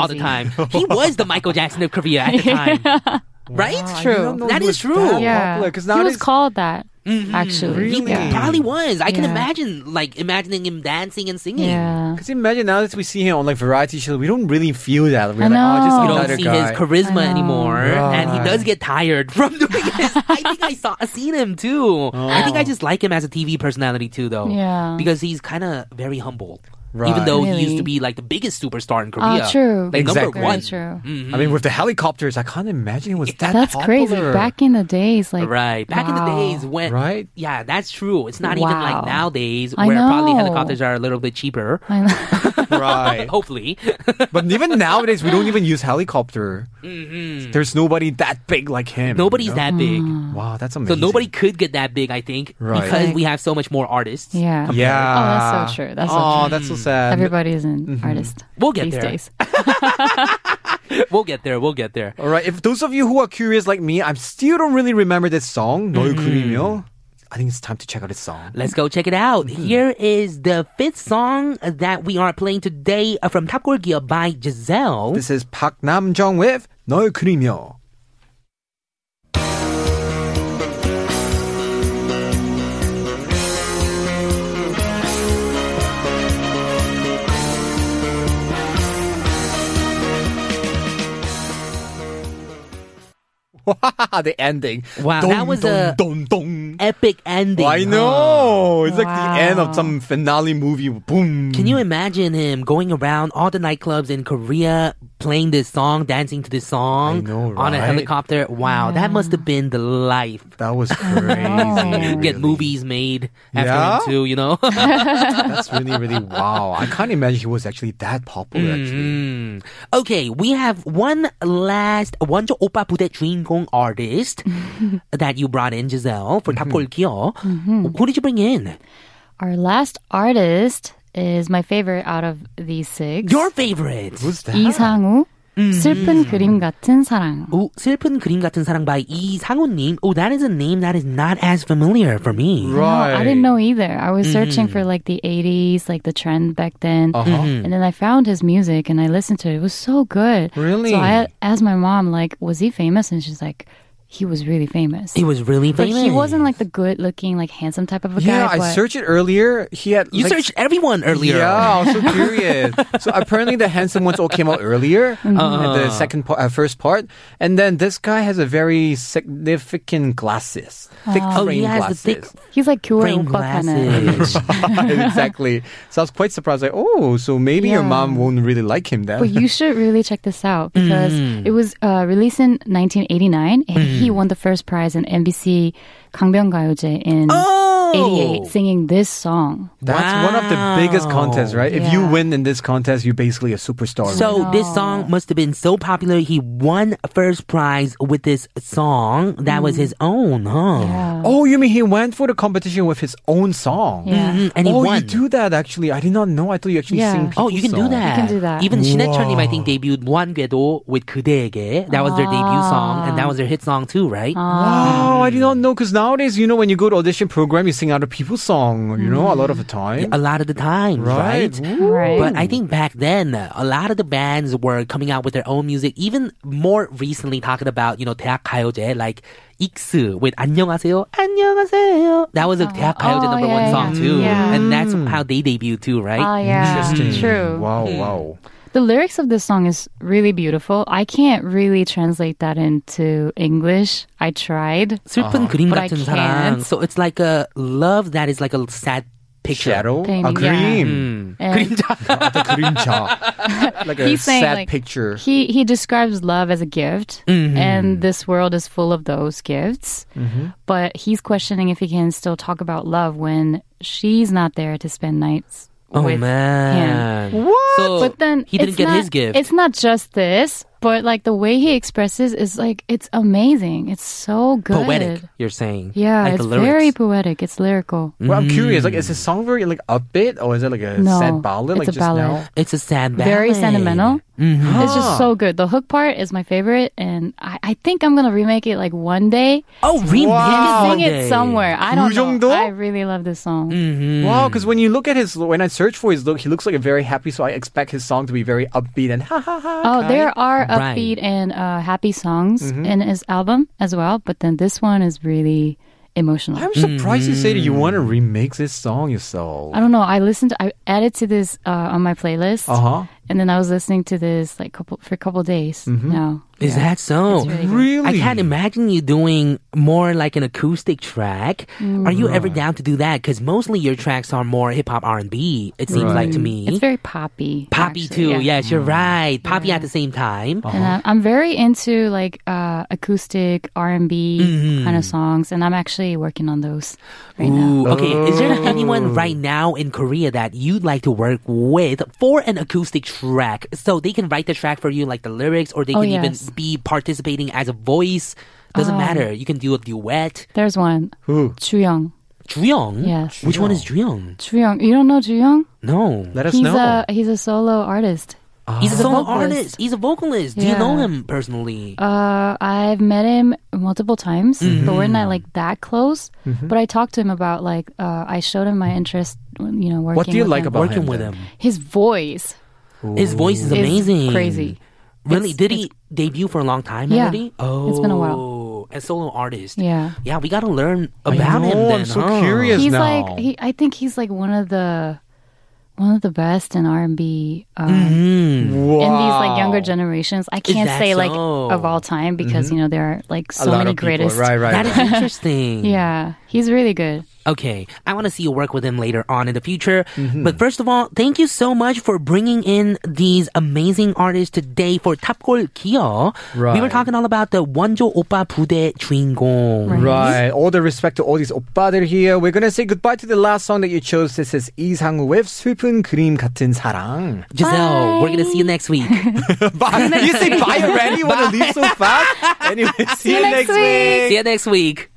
All the time. He was the Michael Jackson of Korea at the time. Right? True. That is true. Yeah, popular, 'cause he nowadays- was called that Mm-hmm. actually. He Really? Yeah. probably was. I can Yeah. imagine like imagining him dancing and singing. yeah. Because imagine now that we see him on like variety shows, we don't really feel that. We're like, I oh, just know. You Oh. don't another see guy. his charisma I know. anymore, and he Right. does get tired from doing this. I think I saw, I seen him too. I Oh. think I just like him as a TV personality too, though. Yeah. because he's kind of very humble. Even Right. though he used Really? to be like the biggest superstar in Korea, Ah, true. like number Exactly. one. Very I true. Mm-hmm. mean, with the helicopters, I can't imagine it was that That's crazy. popular. Back in the days, like Right. Back in the wow. days when Right? Yeah, that's true. It's not even like Wow. nowadays I where probably know. helicopters are a little bit cheaper. I know. right. Hopefully. But even nowadays, we don't even use helicopter. There's nobody that big like him. Nobody's you know? that big. Hmm. Wow, that's So amazing. nobody could get that big, I think, Right. because Right. we have so much more artists. yeah. Yeah. Oh, that's so true. That's so Oh, true. that's so sad. Everybody is an Mm-hmm. artist. We'll get these there. days. We'll get there. We'll get there. All right. If those of you who are curious like me, I still don't really remember this song. 너의 그림이요. I think it's time to check out this song. Let's go check it out. Mm-hmm. Here is the fifth song that we are playing today uh, from Top Gear by Giselle. This is Park Nam Jong with 너의 그림이요. the ending. Wow, that was a dun, dun. epic ending. Oh, I know. It's like Wow. the end of some finale movie. Boom. Can you imagine him going around all the nightclubs in Korea playing this song, dancing to this song I know, on a right? helicopter? Wow, that must have been the life. That was crazy. Get Oh, really. movies made after Yeah? him too, you know? That's really, really wow. I can't imagine he was actually that popular. Actually, Mm. Okay, we have one last 원조 오빠 부대 주인공 artist that you brought in, Giselle, for Mm-hmm. Top Goal Kyo. Who did you bring in? Our last artist is my favorite out of these six. Your favorite. Mm-hmm. who's that? 이상우. 슬픈 그림 같은 사랑. 오, 슬픈 그림 같은 사랑 by 이상우님. Oh, that is a name that is not as familiar for me. Right. Mm-hmm. No, I didn't know either. I was searching for like the 80s, like the trend back then. Uh-huh. Mhm. And then I found his music and I listened to it. It was so good. Really? So I asked my mom, like, was he famous? And she's like, he was really famous. He was really but famous. he wasn't like the good looking, like handsome type of a Yeah, guy. I but searched it earlier. He had You like, searched everyone earlier. Yeah, I was so curious. so apparently, the handsome ones all came out earlier. uh Mm-hmm. Uh-huh. The second part, uh, first part, and then this guy has a very significant glasses, thick Oh, he frame has the glasses. thick He's like cute frame glasses. exactly. So I was quite surprised. Like, oh, so maybe your Yeah. mom won't really like him then. But you should really check this out because Mm. it was uh, released in 1989 and he won the first prize in NBC 강변가요제 in Oh! 88 singing this song. That's one of the biggest Wow. contests, right? If you Yeah. win in this contest, you're basically a superstar. right? So this song must have been so popular. He won first prize with this song that was Mm. his own, huh? Yeah. Oh, you mean he went for the competition with his own song? Yeah. Mhm, And he oh, won. you do that actually. I did not know. I thought you actually Yeah. sing Oh, people's you can do song. that. You can do that. Even 신해철님, I think, debuted 무한궤도 with 그대에게. That was their debut song, Ah. and that was their hit song too, right? Wow, I did not know because nowadays, you know, when you go to audition program, you sing other people's song, you know, a lot of the time. A lot of the times, right? Right. Right. But I think back then, a lot of the bands were coming out with their own music. Even more recently, talking about you know 대학 가요제 like X with 안녕하세요, 안녕하세요. That was a 대학 가요제 oh, number yeah, one yeah. song too, Yeah. and that's how they debuted too, right? Oh yeah, true. Hmm. Wow, wow. The lyrics of this song is really beautiful. I can't really translate that into English. I tried. Uh-huh. 슬픈 그림 But I 같은 사랑. can't. So it's like a love that is like Hmm. a sad picture. Shadow? Painting, A cream. and The 그림자. like a he's saying sad like picture. he he describes love as a gift, Mm-hmm. and this world is full of those gifts. Mm-hmm. But he's questioning if he can still talk about love when she's not there to spend nights Oh with him. man. What? So But then he didn't it's get not- his gift. It's not just this. But like the way he expresses is like it's amazing. It's so good. Poetic, you're saying. Yeah, like it's the lyrics. very poetic. It's lyrical. Hmm. Well, I'm curious. Like, is his song very like upbeat, or is it like a No, sad ballad? Like it's just a ballad. now. It's a sad ballad. Very sentimental. Ah. It's just so good. The hook part is my favorite, and I, I think I'm gonna remake it like one day. Oh, remake Wow. Sing it somewhere. I don't 그 정도? know. I really love this song. Wow, because when you look at his, when I search for his look, he looks like a very happy. So I expect his song to be very upbeat and ha ha ha. Oh, there are Right. upbeat and uh, happy songs in his album as well, but then this one is really emotional. I'm surprised you say that you want to remix this song yourself. I don't know. I listened. To, I added to this uh, on my playlist, Uh huh. and then I was listening to this like couple for a couple days now. Is that so? really good. Really? I can't imagine you doing more like an acoustic track. Are you Mm. ever down to do that? Because mostly your tracks are more hip hop R and B. It seems like to me. It's very poppy. Hmm? poppy actually, too. yeah. Yes, you're right. Poppy at the same time. And I'm, I'm very into like uh, acoustic R and B kind of songs, and I'm actually working on those right now. Ooh, okay. Is there Oh. anyone right now in Korea that you'd like to work with for an acoustic track? So they can write the track for you, like the lyrics, or they Oh, can even yes. Um, be participating as a voice. Doesn't matter. You can do a duet. There's one. Who? Chuyoung. Juyong? Yes. Which one is Juyong? Chuyoung. You don't know Chuyoung? No. Let us He's know. a he's a solo artist. Ah. He's a He's a solo vocalist. artist. He's a vocalist. Do you know Yeah. him personally? Uh, I've met him multiple times, but we're not like that close. But I talked to him about like uh, I showed him my interest. You know, working. What do you with like him. about Working him with then? him. his voice? His voice is is amazing. crazy. Really? It's- Did he debut for a long time Yeah. already? Oh. It's been a while. A solo artist. Yeah. Yeah, we got to learn about him know, then. I'm so huh? curious. he's now. like he. I think he's like one of the one of the best in R and B um, Mm-hmm. in these like younger generations. I can't that say like so? of all time because you know there are like Mm-hmm. a so lot many of people. greatest. Right, right. That is interesting. Yeah, he's really good. Okay, I want to see you work with him later on in the future. Mm-hmm. But first of all, thank you so much for bringing in these amazing artists today for Top Goal Kyo. We were Right. talking all about the 원조 오빠 부대 주인공. Right. All the respect to all these oppa that are here. We're gonna say goodbye to the last song that you chose. This is 이상우 with 슬픈 그림 같은 사랑. Giselle, we're gonna see you next week. bye. you say bye already? You wanna leave so fast? Anyway, see you next week. see you next week.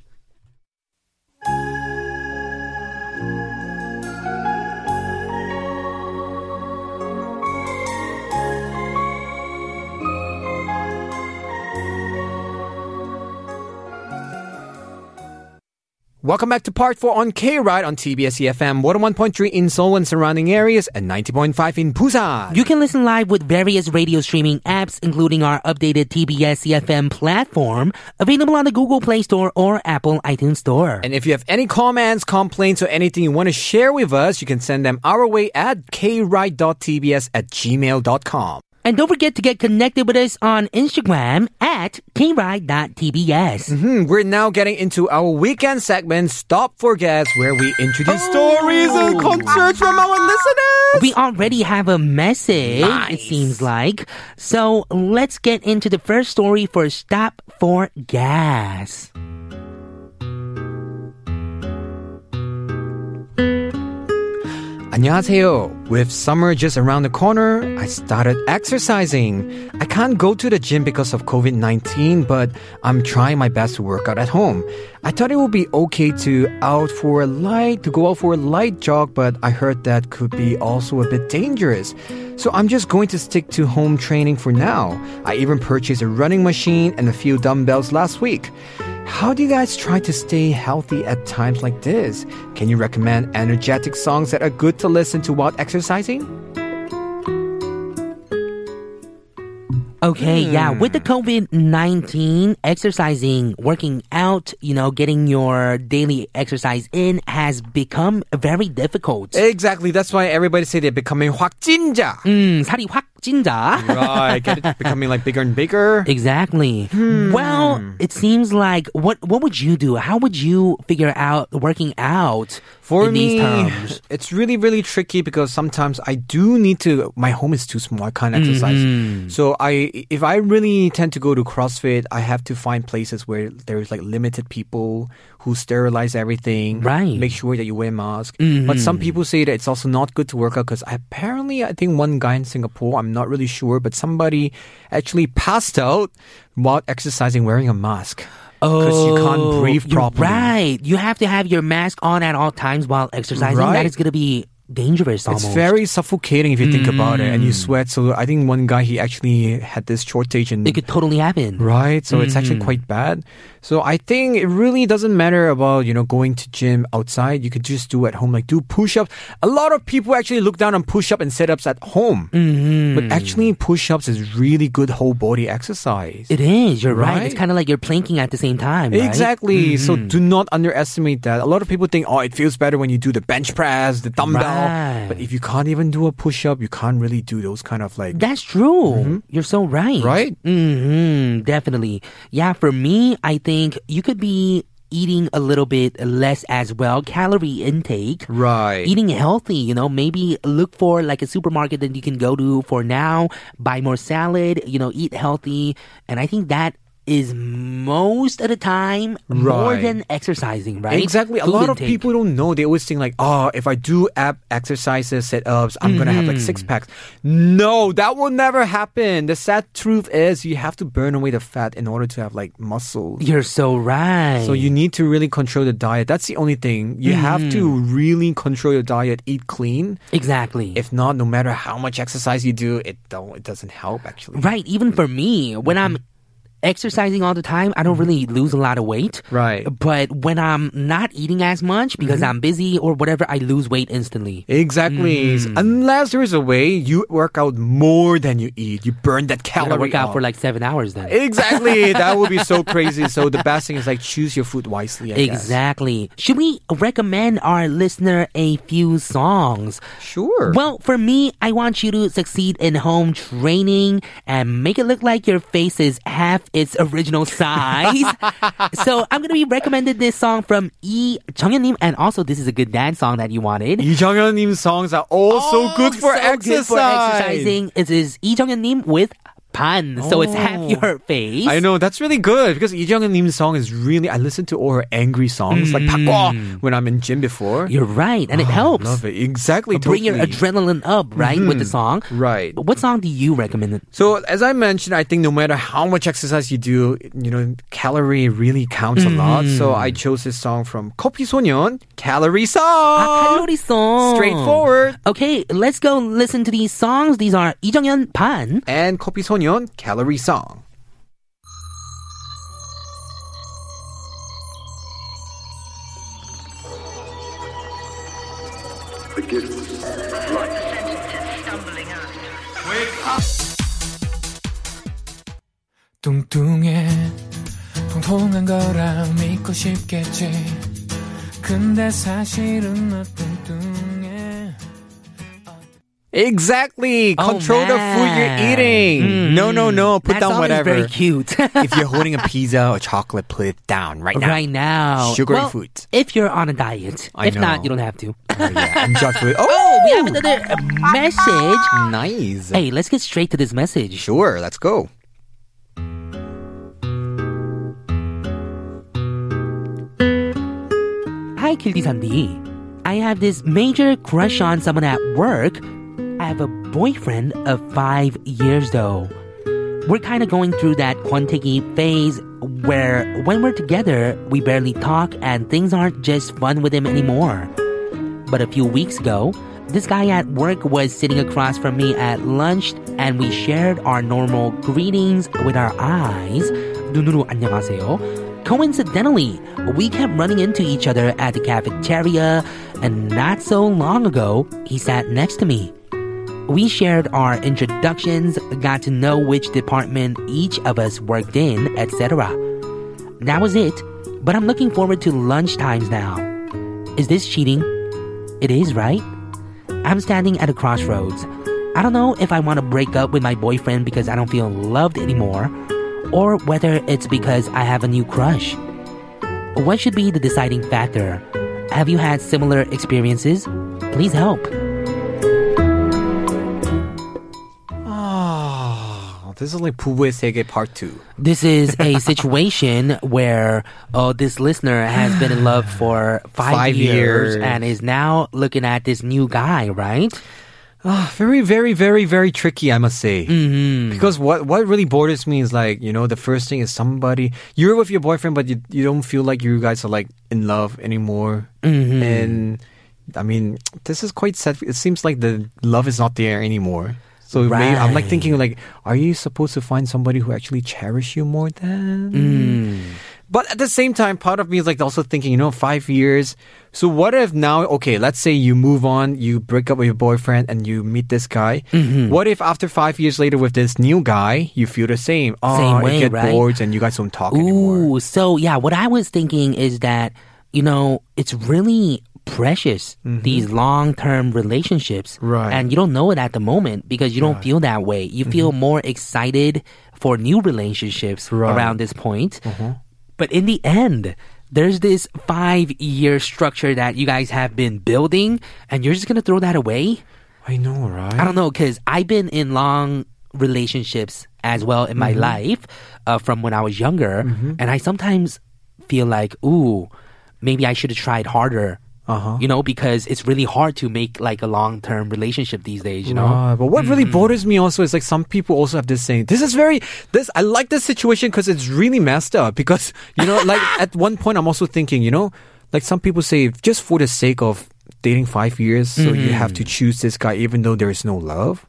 Welcome back to part 4 on K-Ride on TBS EFM 101.3 in Seoul and surrounding areas and 90.5 in Busan. You can listen live with various radio streaming apps, including our updated TBS EFM platform, available on the Google Play Store or Apple iTunes Store. and if you have any comments, complaints, or anything you want to share with us, you can send them our way at kride.tbs at gmail.com. And don't forget to get connected with us on Instagram at kride.tbs. Hmm, we're now getting into our weekend segment, Stop for Gas, where we introduce stories and concerts from our listeners. We already have a message, it seems like. So let's get into the first story for Stop for Gas. 안녕하세요. With summer just around the corner, I started exercising. I can't go to the gym because of COVID 19, but I'm trying my best to work out at home. I thought it would be okay to out for a light to go out for a light jog, but I heard that could be also a bit dangerous. So I'm just going to stick to home training for now. I even purchased a running machine and a few dumbbells last week. How do you guys try to stay healthy at times like this? Can you recommend energetic songs that are good to listen to while exercising? Okay, yeah, with the COVID 19, exercising, working out, you know, getting your daily exercise in has become very difficult. Exactly. That's why everybody say they're becoming 확진자. Mm, 살이 확 찐다. Right. Get it? Becoming like bigger and bigger. Exactly. Hmm. Well, it seems like what what would you do? How would you figure out working out For in me, these terms? it's really, really tricky because sometimes I do need to. My home is too small; I can't Mm-hmm. exercise. So I, if I really tend to go to CrossFit, I have to find places where there's like limited people who sterilize everything, Right. Mm-hmm. Make sure that you wear mask. But some people say that it's also not good to work out because apparently I think one guy in Singapore, I'm not really sure, but somebody actually passed out while exercising wearing a mask. Because you can't breathe you're properly. Oh, Right. You have to have your mask on at all times while exercising. That Right. is going to be dangerous almost. It's very suffocating if you think about it, and you sweat. So I think one guy he actually had this shortage in It could totally happen. Right, so it's actually quite bad. So I think it really doesn't matter about you know going to gym outside. You could just do at home, like do push ups. A lot of people actually look down on push up and sit ups at home, but actually push ups is really good whole body exercise. It is. You're right. Right? It's kind of like you're planking at the same time. right? Mm-hmm. Exactly. So do not underestimate that. A lot of people think, oh, it feels better when you do the bench press, the dumbbell. Right. But if you can't even do a push up, you can't really do those kind of like That's true. You're so right. Mm-hmm. Right? hmm Definitely. Yeah, for me, I think you could be eating a little bit less as well. Calorie intake. right. Eating healthy, you know, maybe look for like a supermarket that you can go to for now, buy more salad, you know, eat healthy. And I think that is most of the time more Right. than exercising, right? Exactly. A Food lot of intake. people don't know. They always think like, oh, if I do ab exercises, sit ups, I'm gonna have like six Mm-hmm. packs. No, that will never happen. The sad truth is you have to burn away the fat in order to have like muscles. You're so right. So you need to really control the diet. That's the only thing. You have to Mm-hmm. really control your diet, eat clean. Exactly. If not, no matter how much exercise you do, it don't it doesn't help actually. Right. Even for me, when I'm exercising all the time, I don't really lose a lot of weight. Right. But when I'm not eating as much because I'm busy or whatever, I lose weight instantly. Exactly. Unless there is a way you work out more than you eat, you burn that I gotta calorie work out off. for like seven hours then. Exactly. that would be so crazy. So the best thing is like choose your food wisely. I guess. Exactly. Should we recommend our listener a few songs? Sure. Well, for me, I want you to succeed in home training and make it look like your face is half its original size. so I'm going to be recommended this song from E. Chungyeonim, and also this is a good dance song that you wanted. Lee Jong-un's songs are also Oh, good for so Good exercise. for exercising. It is E. Chungyeonim with Pan, so it's half your face. Oh. I know that's really good because Lee Jong-un's song is really. I listen to all her angry songs like Pakwa when I'm in gym before. You're right, and it Oh, I helps. Love it exactly. Bring your totally. Mm-hmm. adrenaline up, right, with the song. Right. What song do you recommend? So as I mentioned, I think no matter how much exercise you do, you know, calorie really counts Mm-hmm. a lot. So I chose this song from Kopi Sonyeon, Calorie 아, Ah, Song. 칼로리 송. Uh, Straightforward. Okay, let's go listen to these songs. These are 이정현 반. and Kopi Sonyeon Calorie Song. 뚱뚱해 통통한 거라 믿고 싶겠지 근데 사실은 나 뚱뚱해 Exactly. Oh, Control the food you're man. Mm-hmm. eating. No, no, Mm. no. Put That down song whatever. Is very cute. if you're holding a pizza or chocolate, put it down right now. right now, Sugary well, food. If you're on a diet, I if not, know. you don't have to. Oh, yeah. Enjoy food. Oh, Oh, we have another message. nice. Hey, let's get straight to this message. Sure, let's go. Hi, Kildi Sandy. I have this major crush on someone at work. I have a boyfriend of five years though. We're kind of going through that kwantegi phase where when we're together, we barely talk and things aren't just fun with him anymore. But a few weeks ago, this guy at work was sitting across from me at lunch and we shared our normal greetings with our eyes. 눈으로 안녕하세요. Coincidentally, we kept running into each other at the cafeteria and not so long ago, he sat next to me. We shared our introductions, got to know which department each of us worked in, etc. That was it, but I'm looking forward to lunch times now. Is this cheating? It is, right? I'm standing at a crossroads. I don't know if I want to break up with my boyfriend because I don't feel loved anymore, or whether it's because I have a new crush. What should be the deciding factor? Have you had similar experiences? Please help. Oh, This is like 부부의 세계 part 2. This is a situation where uh, this listener has been in love for five, Five years. and is now looking at this new guy, right? Ah, very, very, very, very tricky, I must say. Because what what really borders me is like you know the first thing is somebody you're with your boyfriend, but you you don't feel like you guys are like in love anymore, and I mean this is quite sad. It seems like the love is not there anymore. So may- I'm like thinking like, are you supposed to find somebody who actually cherish you more than? But at the same time, part of me is like also thinking, you know, five years. So what if now, okay, let's say you move on, you break up with your boyfriend and you meet this guy. Mm-hmm. What if after five years later with this new guy, you feel the same? Oh, Same way, you get right? bored and you guys don't talk anymore. Ooh, so yeah, what I was thinking is that, you know, it's really precious, these long term relationships. Mm-hmm. Right. And you don't know it at the moment because you don't feel that way. You feel more excited for new relationships Mm-hmm. Right. Mm-hmm. around this point. But in the end, there's this five year structure that you guys have been building, and you're just going to throw that away? I know, right? I don't know because I've been in long relationships as well in Mm-hmm. my life uh, from when I was younger, and I sometimes feel like, ooh, maybe I should have tried harder. Uh-huh. You know, because it's really hard to make like a long term relationship these days. You know, Right, Ah, but what really bothers me also is like some people also have this saying. This is very this. I like this situation because it's really messed up. Because you know, like at one point, I'm also thinking, you know, like some people say, just for the sake of dating five years, so you have to choose this guy even though there is no love.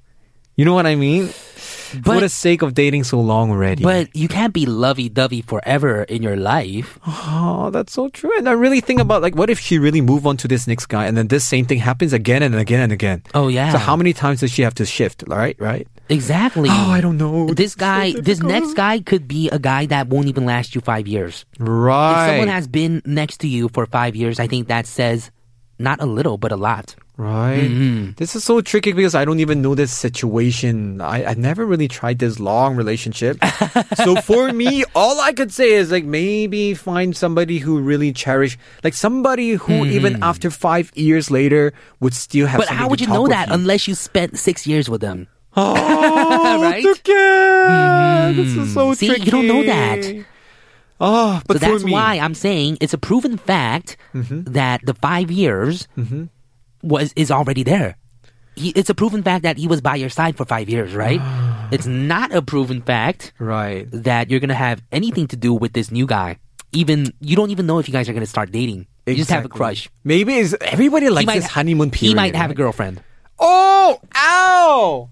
You know what I mean? for But- the sake of dating so long already. but you can't be lovey dovey forever in your life. oh, that's so true. And I really think about like, what if she really move on to this next guy, and then this same thing happens again and again and again. Oh, yeah. So how many times does she have to shift? Right, right. Exactly. Oh, I don't know. This guy, this next guy could be a guy that won't even last you five years. Right. If someone has been next to you for five years, I think that says not a little, but a lot. Right. Mm-hmm. This is so tricky because I don't even know this situation. I, I never really tried this long relationship. so for me, all I could say is like maybe find somebody who really cherish, like somebody who even after five years later would still have. Mm-hmm. But how something would to you know talk that with unless you spent six years with them? oh, Right? Mm-hmm. right? This is so See, tricky. you don't know that. Oh, but so that's for me, Mm-hmm. why I'm saying it's a proven fact that the five years was is already there. He, it's a proven fact that he was by your side for five years, right? it's not a proven fact Right. that you're gonna have anything to do with this new guy. Even you don't even know if you guys are gonna start dating. You just have a Exactly. crush. Maybe is everybody likes this honeymoon period. He might have a right? girlfriend. Oh, ow!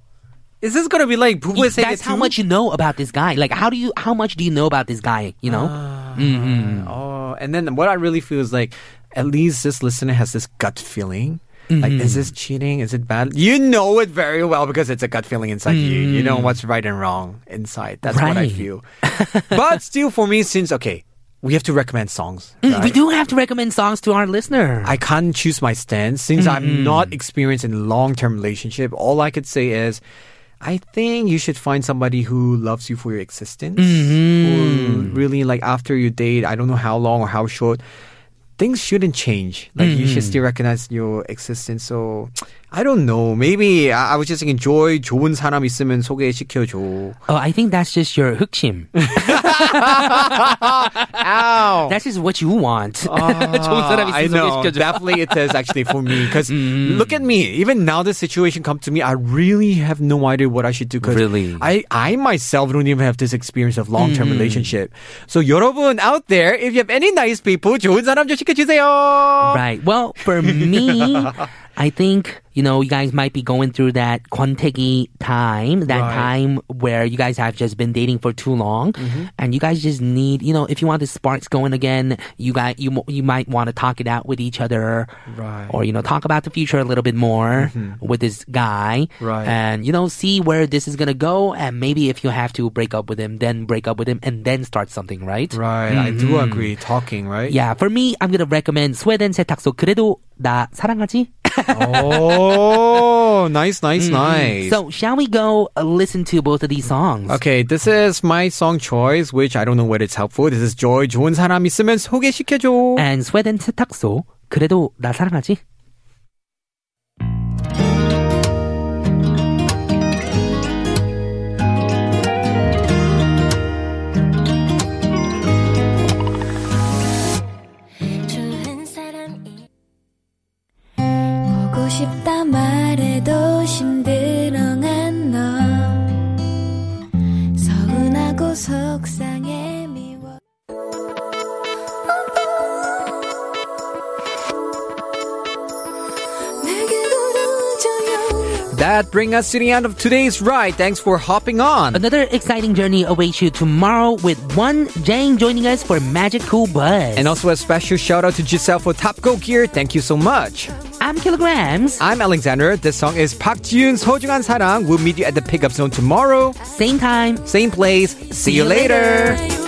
Is this gonna be like Bubu Sege That's how too? much you know about this guy. Like, how do you? How much do you know about this guy? You know. Oh, and then what I really feel is like, at least this listener has this gut feeling. Like, Mm-hmm. is this cheating? Is it bad? You know it very well because it's a gut feeling inside you. You know what's right and wrong inside. That's what I Right. feel. but still, for me, since okay, we have to recommend songs. Mm, We right? do have to recommend songs to our listener. I can't choose my stance since I'm not experienced in long term relationship. All I could say is, I think you should find somebody who loves you for your existence. Who really like after you date, I don't know how long or how short. Things shouldn't change. Like you should still recognize your existence. So I don't know. Maybe I, I was just thinking, enjoy 좋은 사람 있으면 소개시켜줘. oh, I think that's just your hookshim. Ow. that's just what you want. Ah, I know. Definitely, it is actually for me because Mm. look at me. Even now, this situation come to me. I really have no idea what I should do. 'cause Really? Mm. I I myself don't even have this experience of long term relationship. So 여러분 out there, if you have any nice people, 좋은 사람 좀 시켜주세요. Right. Well, for me, I think, you know, you guys might be going through that kwantegi time, that time where you guys have just been dating for too long Mm-hmm. and you guys just need, you know, if you want the sparks going again, you guys you mo- you might want to talk it out with each other. Right. Mm-hmm. Or you know, talk about the future a little bit more with this guy. Right. And you know, see where this is going to go and maybe if you have to break up with him, then break up with him and then start something, right? Mm-hmm. Right, I do agree. Talking, right? Yeah, for me, I'm gonna recommend 스웨덴 세탁소. 그래도 나 사랑하지? Oh, nice, nice, nice. Mm-hmm. So, shall we go uh, listen to both of these songs? Okay, this is my song choice, which I don't know whether it's helpful. This is Joy. 좋은 사람 있으면 소개시켜줘. And 스웨덴 세탁소. 그래도 나 사랑하지? 또 속상해 미워 내게 돌아와줘요 That brings us to the end of today's ride. Thanks for hopping on. Another exciting journey awaits you tomorrow with one Jang joining us for Magic Cool Buzz. And also a special shout out to Giselle for Top Go Gear. Thank you so much. I'm Kilograms. I'm Alexander. This song is Park Jiun's 소중한 사랑. We'll meet you at the pickup zone tomorrow. Same time. Same place. See you later. 나요